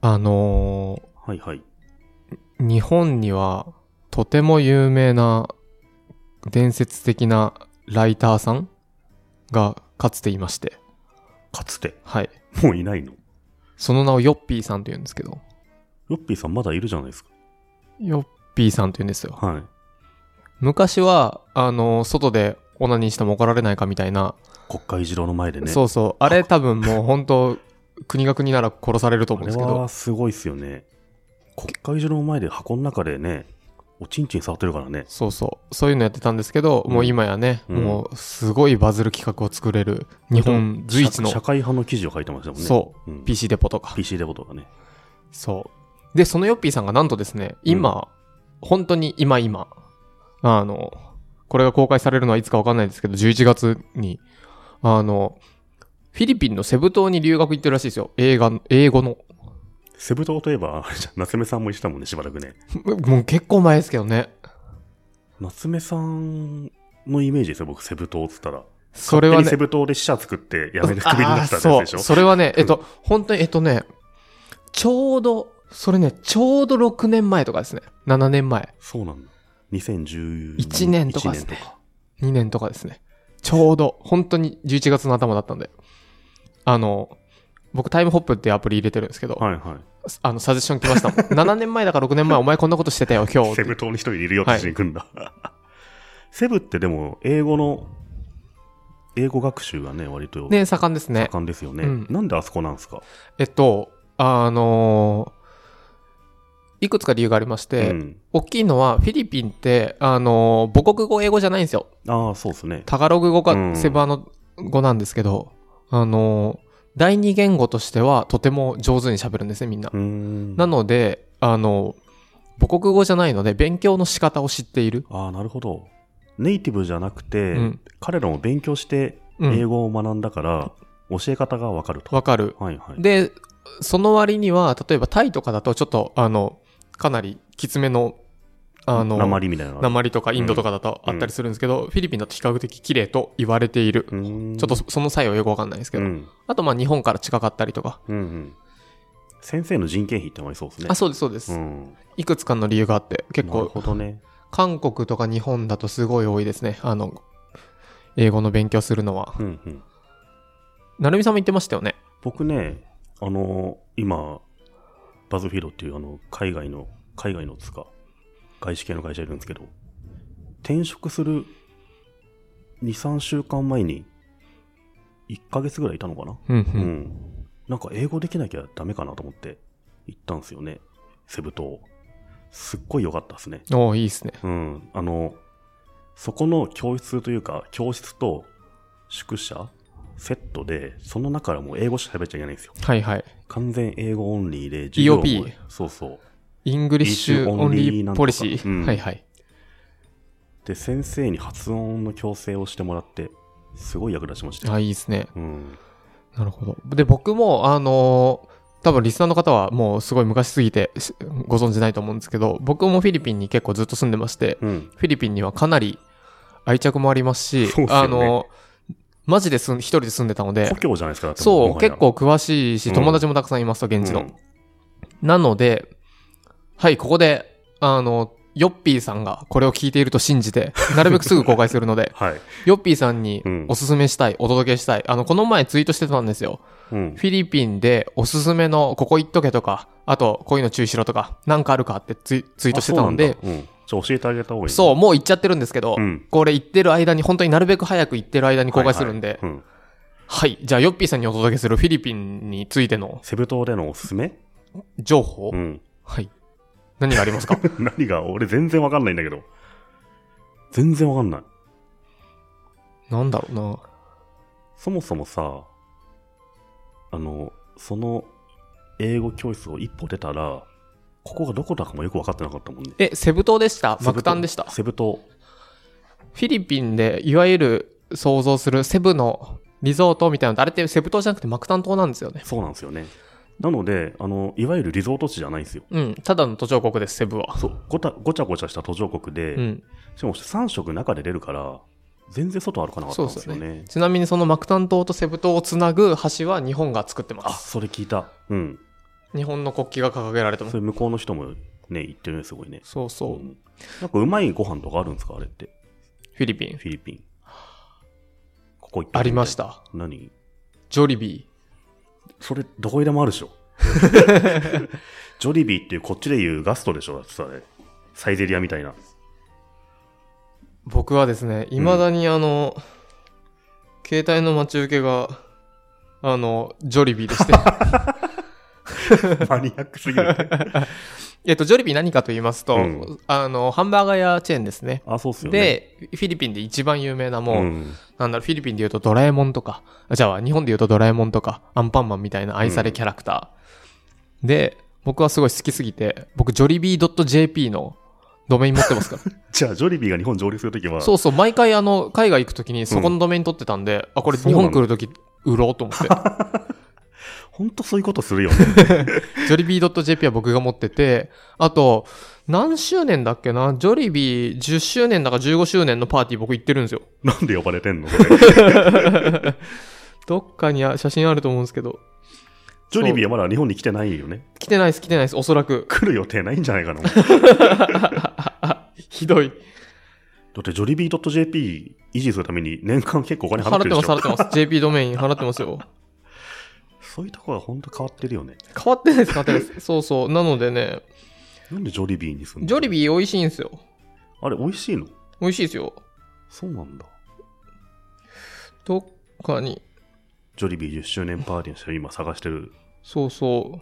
あのはいはい。ー日本にはとても有名な伝説的なライターさんがかつていまして、かつて、はい。もういないの。その名をヨッピーさんと言うんですけど、ヨッピーさんまだいるじゃないですか。ヨッピーさんと言うんですよ。はい。昔は、あのー外でオナニーしても怒られないかみたいな、国会議事堂の前でね。そううそう、あれ多分もう本当、国が国なら殺されると思うんですけあれどは、すごいっすよね。国会議事堂の前で箱の中でね、おちんちん触ってるからね。そうそう、そういうのやってたんですけど、うんもう今やね、うんもうすごいバズる企画を作れる、日本随一の社社会派の記事を書いてましたもんね。。そうん、 PC デポとか。 PC デボとかね。そう。で、そのヨッピーさんがなんとですね、今、本当に今今、あの、これが公開されるのはいつかわかんないですけど、11月に、あの、フィリピンのセブ島に留学行ってるらしいですよ。映画の、英語の。 セブ島といえば、あれじゃん、夏目さんも一緒だもんね、しばらくね。もうもう結構前ですけどね。夏目さんのイメージですよ、僕、セブ島っつったら。それは勝ね手にセ、ブ島で死者作って、やめてクビになったあやーつでしそう、ょ。それはね、えっと、本当に、えっとね、ちょうど、それね、ちょうど6年前とかですね。7年前。そうなんだ。2011 1年とかです1ね年とか。 2年とかですね。ちょうど、本当に11月の頭だったんで。あの、僕、タイムホップっていうアプリ入れてるんですけど、はいはい。あの、サジェッション来ましたもん。7年 前だか6年前、お前こんなことしてたよ、今日ってセブ島に一人いるよってしに行くんだ。セブってでも、英語の、英語学習がね、割とね、盛んですね。盛んですよね。うんなんであそこなんですか、えっと、あのーいくつか理由がありまして、うん。大きいのは、フィリピンって、あのー母国語英語じゃないんですよ。ああ、そうですね。タガログ語うかんセバの語なんですけど、あのー第二言語としては、とても上手に喋るんですね、みんなう。ーん。なので、あの、母国語じゃないので、勉強の仕方を知っている。ああ、なるほど。ネイティブじゃなくて、うん彼らも勉強してうん英語を学んだから、教え方がわかると。わかる。はいはい。で、その割には、例えばタイとかだと、ちょっと、あの、かなりきつめの、あの、鉛みたいなのがある。鉛とかインドとかだとあったりするんですけど、フィリピンだと比較的綺麗と言われている。うーんちょっとその際はよくわかんないですけうど。ん。あと、まあ、日本から近かったりとか。うんうん。先生の人件費ってのもありそうですね。あ、そうです、そうでうす。ん。いくつかの理由があって、結なる構ほ、どね。韓国とか日本だとすごい多いですね。あの、英語の勉強するのは。うんうん。なるみさんも言ってましたよね。僕ね、あの、今、バズフィードっていうあの、海外の、海外のつか、外資系の会社いるんですけど、転職する2、3週間前に、1ヶ月ぐらいいたのかなうんうん、なんか英語できなきゃダメかなと思って行ったんですよね。セブ島。すっごい良かったですね。うん。おおいいっすね。うん。あの、そこの教室というか、教室と宿舎セットで、その中からもう英語しか喋っちゃいけないんですよ。はいはい。完全英語オンリーで、授業も EOP そうそう。イングリッシュオンリーポリシなんとかー。うんはいはい。で、先生に発音の矯正をしてもらって、すごい役立ちましたよ。あ、いいっすね。うん。なるほど。で、僕も、あのー多分リスナーの方はもうすごい昔すぎてしご存知ないと思うんですけど、僕もフィリピンに結構ずっと住んでまして、うん。フィリピンにはかなり愛着もありますし、そうっすよあねのーマジですん一人で住んでたので故、郷じゃないですか、だってもそもう、はや結構詳しいし、うん友達もたくさんいますと、現地の。うん、なので、はい、ここで、あの、ヨッピーさんがこれを聞いていると信じて、なるべくすぐ公開するので はい。ヨッピーさんにうんおすすめしたい、お届けしたい。あの、この前ツイートしてたんですよ。うん。フィリピンでおすすめのここ行っとけとか、あと、こういうの注意しろとか、なんかあるかってツイツイートしてたのあで、そうなんだうん、ちょ教えてあげた方がいいね、そう、もう行っちゃってるんですけど、うんこれ行ってる間に、本当になるべく早く行ってる間に公開するんで、はい、はいはいうんじゃあヨッピーさんにお届けするフィリピンについてのセブ島でのおすすめ、情 報、うん、はい。何がありますか 何が俺全然わかんないんだけど全然わかんないなんだろうな。そもそもさあのその英語教室を一歩出たらここがどこだかもよく分かってなかったもんねえ、セブ島でした。マクタンセブ島でした。フセブ島ィリピンで、いわゆる想像するセブのリゾートみたいなの、あれってセブ島じゃなくてマクタン島なんですよね。そうなんですよねなのであのいわゆるリゾート地じゃないんですようん。ただの途上国です、セブは。そうごたごちゃごちゃした途上国で、うん。しかも3色中で出るから全然外歩かなかったそうんでですすよよねね。ちなみにそのマクタン島とセブ島をつなぐ橋は日本が作ってまあす。それ聞いたうん日本の国旗が掲げられてもそ。れ向こうの人もね、行ってるね、すごいね。そうそうう。んなんかうまいご飯とかあるんですかあれって。フィリピン。フィリピン。ここ行って。ありましたた。何ジョリビそれ、どこにでもあるでしょ。 ジョリビーっていうこっちで言うガストでしょだってさ、あれサイゼリアみ たいな。ー。僕はですね、未だにあの、携帯の待ち受けが、あの、ジョリビーで して。マニアックすぎる。えっと、ジョリビー何かと言いますと、うんあの、ハンバーガー屋チェーンですね。あ、そうっすよね。で、フィリピンで一番有名なもう、うんなんだろう、フィリピンで言うとドラえもんとか、あじゃあ日本で言うとドラえもんとか、アンパンマンみたいな愛されキャラクター。で、僕はすごい好きすぎて、僕、ジョリビー .jp のドメイン持って ますから。じゃあ、ジョリビーが日本上陸するときは、そうそう、毎回あの、海外行くときにそこのドメイン取ってたんで、あ、これそう日なんだ本来るとき売ろうと思って。ほんとそういうことするよね。 ジョリビー .jp は僕が持ってて、あと、何周年だっけな、ジョリビー10周年だか15周年のパーティー僕行ってるんです よ。なんで呼ばれてんのそれどっかにあ写真あると思うんですけど。ジョリビーはまだ日本に来てないよね。来てないです、来てないです、おそらく。来る予定ないんじゃないかな。だひどい。って、ジョリビー .jp 維持するために年間結構お金払払っっててるでましす、ょ払ってます。JP ドメイン払ってますよ。そういうところはほんと変わってるよね。変わってないです、変わってないです。そうそう。なのでね、なんでジョリビーにするのジョリービー美味しいんですよ。あれ、美味しいの美味しいですよ。そうなんだ。どっかに。ジョリビー10周年パーティーの人今探してる。そうそ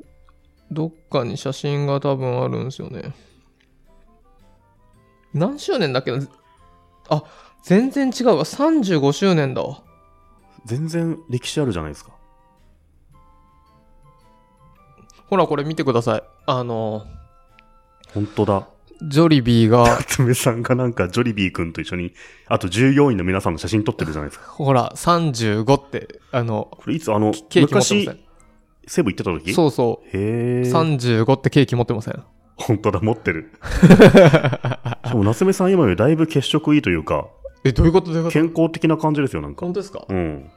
う。どっかに写真が多分あるんですよね。何周年だっけなあ、全然違うわ。35周年だわ。全然歴史あるじゃないですか。ほら、これ見てください。あの、ほんと だ。ジョリビー が、夏目さんがなんかジョリビー君と一緒に、あと従業員の皆さんの写真撮ってるじゃないで すか。ほら、35って、あの、これいつあの、ケーキ持ってま昔せ、ん。セブン行ってた時そうそう。へえ。 35ってケーキ持ってません。本当だ、持っ てる。でも、夏目さん今よりだいぶ血色いいというか、え、どういうことどういうこと健康的な感じですよ、なんか本。当ですかうん。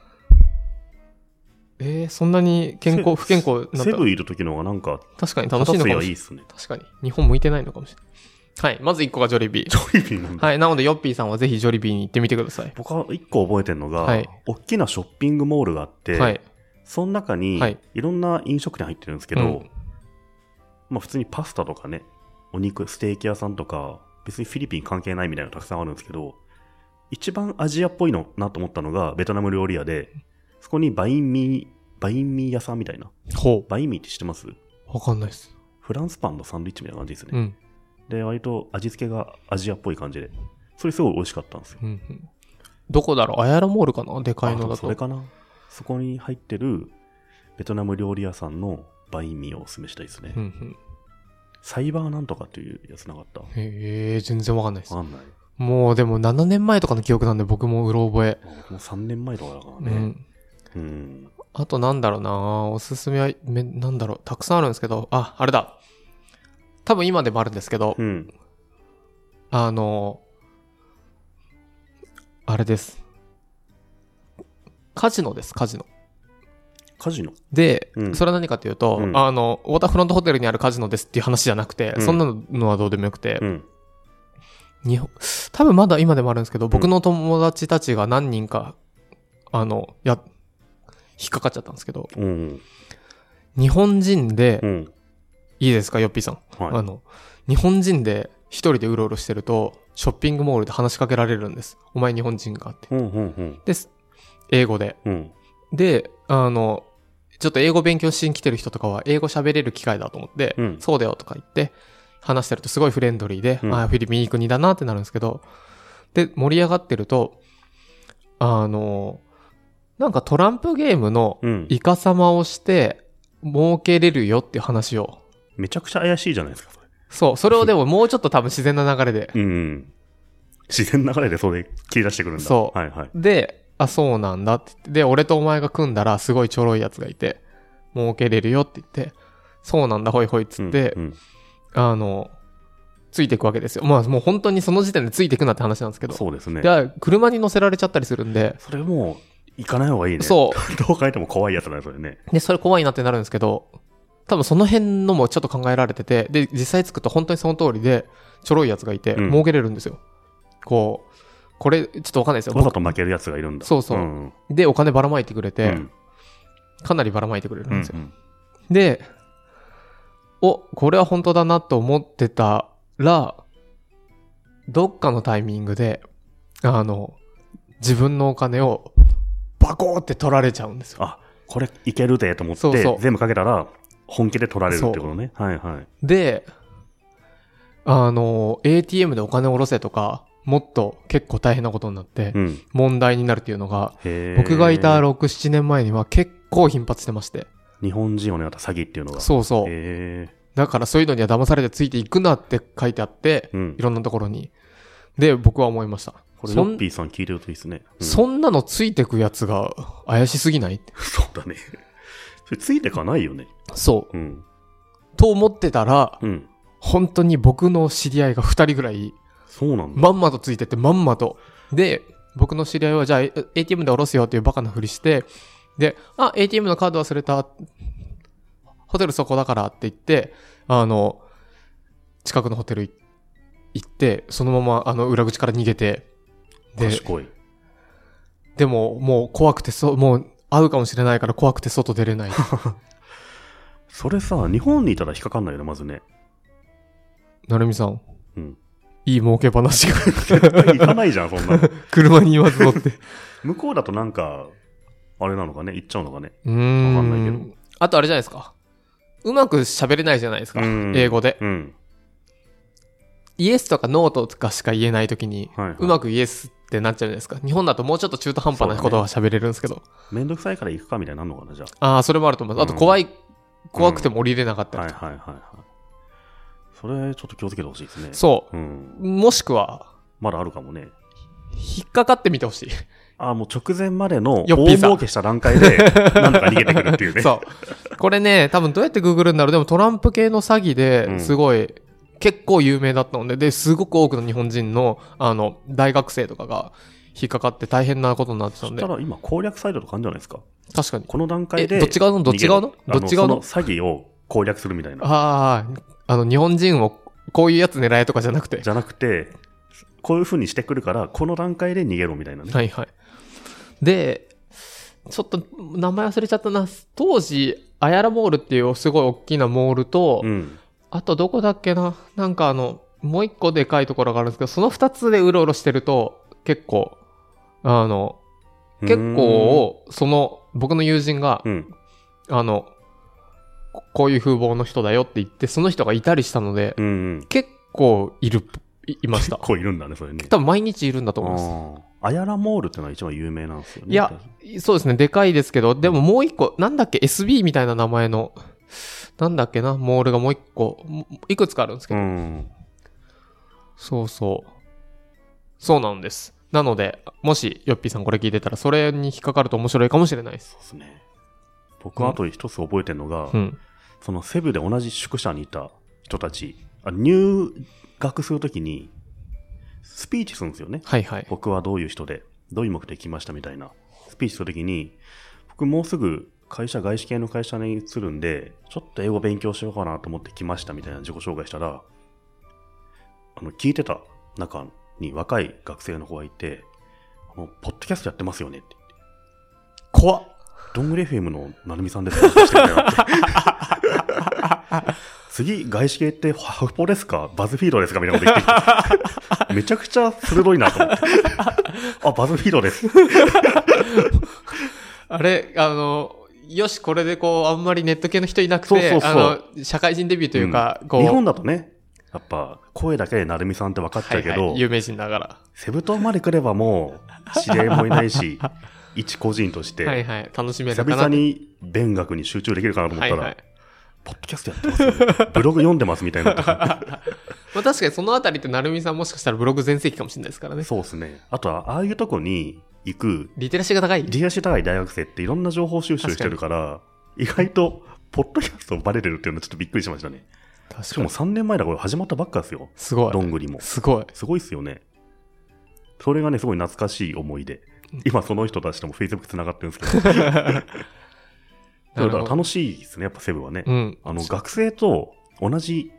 えー、そんなに健せ康、不健康になっセたブンいる時の方がなんか、確かに楽しいのかもいしれないっい。すね。確かに。日本向いてないのかもしれない。はい。まず1個がジョリビジー。ョリビーなんだ。はい。なので、ヨッピーさんはぜひジョリビーに行ってみてください。僕は一個覚えてるのが、はい大きなショッピングモールがあって、はい。その中にはい、いろんな飲食店入ってるんですけど、うんまあ普通にパスタとかね、お肉、ステーキ屋さんとか、別にフィリピン関係ないみたいなのたくさんあるんですけど、一番アジアっぽいのなと思ったのがベトナム料理屋で、そこにバインミー、バインミー屋さんみたいな。ほバインミーって知ってますう。わかんないです。フランスパンのサンドイッチみたいな感じですね。うん。で、割と味付けがアジアっぽい感じで、それすごい美味しかったんですよ。うんうん。どこだろうアヤラモールかなでかいあのでもだそれと。かなそこに入ってるベトナム料理屋さんのバインミーをおすすめしたいですね。うんうん。サイバーなんとかっていうやつなかったわえー、全然わかんないです。かんない。もう、でも7年前とかの記憶なんで、僕もうろ覚え。まあ僕も3年前とかだからうね。ん。うん。あとなんだろうなおすすめは、め、なんだろう、たくさんあるんですけど、あ、あれだ。多分今でもあるんですけどう、ん。あの、あれです。カジノです、カジノ。カジノ。で、うんそれは何かというと、うんあの、ウォーターフロントホテルにあるカジノですっていう話じゃなくて、うんそんなのはどうでもよくて、うん。日本、多分まだ今でもあるんですけど、僕の友達たちが何人か、あの、や、引っかかっちゃったんですけど、うん。日本人で、うん。いいですか、ヨッピーさん。あはの、日本人で一人でうろうろしてると、ショッピングモールで話しかけられるんです。お前日本人かって。い。うん。うん。うん。です。英語で。うん。で、あの、ちょっと英語勉強しに来てる人とかは、英語喋れる機会だと思って、うんそうだよとか言って、話してるとすごいフレンドリーで、うんああ、フィリピンいい国だなってなるんですけど、で、盛り上がってると、あの、なんかトランプゲームのうん。イカ様をして、儲けれるよっていう話を、めちゃくちゃ怪しいじゃないですか、そそう、それをでももうちょっと多分自然な流れで、れ。うん。自然な流れでそれ切り出してくるんだ。そうはいはい。で、あ、そうなんだって言って、で、俺とお前が組んだらすごいちょろいやつがいて、儲けれるよって言って、そうなんだ、ほいほいっつって、うんうんあの、ついていくわけですよ。まあもう本当にその時点でついていくなって話なんですけど。そうですね。で、車に乗せられちゃったりするんで、それもう、行かない方がいいね。。そう どう書いても怖いやつだね、それね。で、それ怖いなってなるんですけど、多分その辺のもちょっと考えられてて、で、実際作った本当にその通りで、ちょろいやつがいて、うん儲けれるんですよ。こう、これ、ちょっとわかんないですよ。わざ僕と負けるやつがいるんだ。そうそううんで、お金ばらまいてくれうんて、かなりばらまいてくれるんうんですよ。で、お、これは本当だなと思ってたら、どっかのタイミングで、あの、自分のお金をバコーって取られちゃうんですよ。あ、これいけるでと思って、そうそう全部かけたら、本気で取られるってことね。はいはい。で、あの、ATM でお金を下ろせとか、もっと結構大変なことになってう、ん。問題になるっていうのが、へー僕がいた6、7年前には結構頻発してまして。日本人を狙った詐欺っていうのが。そうそう。へだからそういうのには騙されてついていくなって書いてあってー、うんい。ろんなところに。で、僕は思いました。これ、そヨんッピーさん聞いてるといいですね。うんそんなのついてくやつが怪しすぎないって。そうだね。 それついてかないよね。そうん。う。と思ってたら、うん。本当に僕の知り合いが2人ぐらい、そうなんだ。まんまとついてって、まんまと。で、僕の知り合いは、じゃあ、え ATM で下ろすよっていうバカなふりして、で、あ、ATM のカード忘れた。ホテルそこだからって言って、あの、近くのホテルい行って、そのまま、あの、裏口から逃げて、で、賢い。でも、もう怖くてそ、もう会うかもしれないから怖くて外出れ ない。それさ、日本にいたら引っかかんないよね、まずね。 なるみさん。うん。いい儲け話が行かないじゃん、そんなの。 車に言わず乗 って。向こうだとなんか、あれなのかね、行っちゃうのかね。うーん。わかんないけどあとあれじゃないですか。うまく喋れないじゃないですか。うん英語で。うん。イエスとかノートとかしか言えないときに、はいはいうまくイエスってなっちゃうじゃないですか。日本だともうちょっと中途半端なことは喋れるんですけど。めんどくさいから行くかみたいになるのかな、じゃああ、それもあると思います。あと怖い、怖くても降りれなかっあ。たはりいとか。はいはいはい。それ、ちょっと気をつけてほしいですね。。そうん。う。もしくは、まだあるかもね。引っかかってみてほしい。あもう直前までのよっ大ぴーさん儲けした段 階で、なんとか逃げてくるっていうね。そう。これね、多分どうやってググるんだろう。でもトランプ系の詐欺うでんすごい、結構有名だったので、で、すごく多くの日本人の、あの、大学生とかが引っかかって大変なことになってたそんしでた。ら今攻略サイトとかあるんじゃないですか。確かに。この段階で。えどっち側のどっち側の逃げろどっち側のあその詐欺を攻略するみたいな。ああ、あの、日本人をこういうやつ狙えとかじゃなくて。じゃなくて、こういう風にしてくるから、この段階で逃げろみたいなね。はいはい。で、ちょっと名前忘れちゃったな。当時、アヤラモールっていうすごい大きなモールと、うん。あとどこだっけななんかあの、もう一個でかいところがあるんですけど、その二つでうろうろしてると、結構、あの、結構、その、僕の友人がう、ん。あの、ここういう風貌の人だよって言って、その人がいたりしたので、うん。うん。結結構いる、いいま した。構いるんだね、それね。多分毎日いるんだと思います。ああ。アヤラモールってのは一番有名なんですよね。いや、そうですね、でかいですけど、でももう一個、なんだっけ、SB みたいな名前の、なんだっけな、モールがもう一個、もいくつかあるんですけうど、ん。そうそう。そうなんです。なので、もし、ヨッピーさんこれ聞いてたら、それに引っかかると面白いかもしれないです。そうですね。僕はあと一つ覚えてるのが、うん。そのセブで同じ宿舎にいた人たち、あ入学するときに、スピーチするんですよね。はいはい。僕はどういう人で、どういう目的で来ましたみたいな。スピーチするときに、僕もうすぐ会社、外資系の会社に移るんで、ちょっと英語勉強しようかなと思って来ましたみたいな自己紹介したら、あの、聞いてた中に若い学生の子がいて、あの、ポッドキャストやってますよねって。怖っ。ドングレ FM のなるみさんで すねしてくれよって次、外資系ってハフポですかバズフィードですかみたいなこと言ってきてめちゃくちゃ鋭いなと思って。あ、バズフィードです。あれ、あの、よし、これでこう、あんまりネット系の人いなくて、そうそうそうあの、社会人デビューというか、こう、日本だとね、やっぱ声だけでなるみさんって分かっちゃうけど、はいはい、有名人ながセブ島まで来ればもう知り合いもいないし、 一個人として、ら。はいはい、楽しめる久かな。々に勉学に集中できるかなと思はったいら、はい。ポッドキャストやってますよね、ブログ読んでますみたいなのとか まあ確かにそのあたりって、なるみさんもしかしたらブログ全盛期かもしれないですからね。そうですね。あとは、ああいうとこに行く、リテラシーが高い。リアシ高い大学生っていろんな情報収集してるから、意外と、ポッドキャストバレてるっていうのはちょっとびっくりしましたね。確しかも。3年前だ、これ始まったばっかですよ。すごどい。んぐりも。すごい。すごいっすよね。それがね、すごい懐かしい思い出。今その人たちとも Facebook つながってるんで すけど。だから楽しいですね、やっぱセブンはね。うん。あの、学生と同じ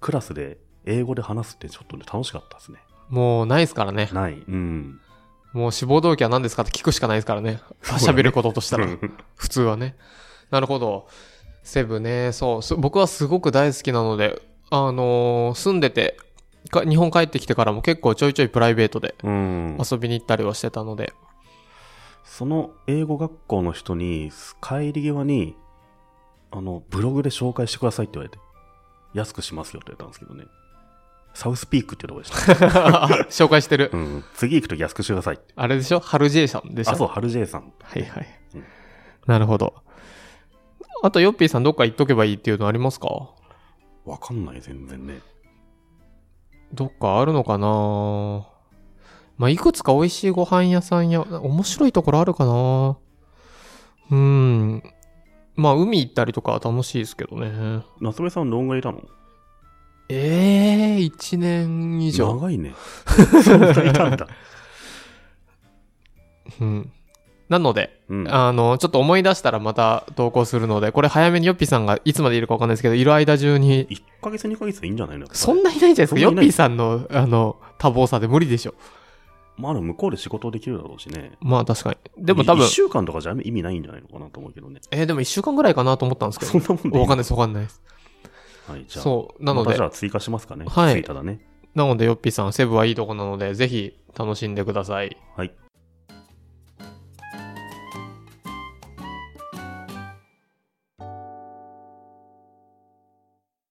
クラスで英語で話すってちょっとね、楽しかったですね。もうないですからね。ない。うん。もう志望動機は何ですかって聞くしかないですからね。そうだね喋ることとしたら。普通はね。なるほど。セブね、そう。す僕はすごく大好きなので、あのー住んでて、か日本帰ってきてからも結構ちょいちょいプライベートでうん。遊びに行ったりはしてたので、 その英語学校の人に、帰り際に、あの、ブログで紹介してくださいって言われて、安くしますよって言われたんですけどね。サウスピークっていうとこ でした。紹介してる。うん。次行くと安くしてくださいって。あれでしょハルジェイさんでしょあ、そう、ハルジェイさん。はいはいうん。なるほど。あと、ヨッピーさんどっか行っとけばいいっていうのありますかわかんない、全然ね。どっかあるのかなまあ、いくつか美味しいご飯屋さんや、面白いところあるかなうーん。まあ、海行ったりとかは楽しいですけどね。夏目さん、ロンがいたのええー、一年以上。長いね。 そんないた んだ。うん。なので、うん。あの、ちょっと思い出したらまた投稿するので、これ早めにヨッピーさんがいつまでいるかわかんないですけど、いる間中に、 1ヶ月、2ヶ月でいいんじゃないのそなんないないじゃないですか。そんないヨないッピーさんの、あの、多忙さで無理でしょ。まあ、でも向こうで仕事できるだろうしね。まあ確かに。でも多1分、週間とかじゃ意味ないんじゃないのかなと思うけどね。えーでも一週間ぐらいかなと思ったんですけどそん。なもんでいいわかんないです、わかんないです。はい、じゃあ。そう。なのまたでじゃ、あ追加しますかね。はい追加だね。なので、ヨッピーさん、セブはいいとこなので、ぜひ楽しんでください。はい。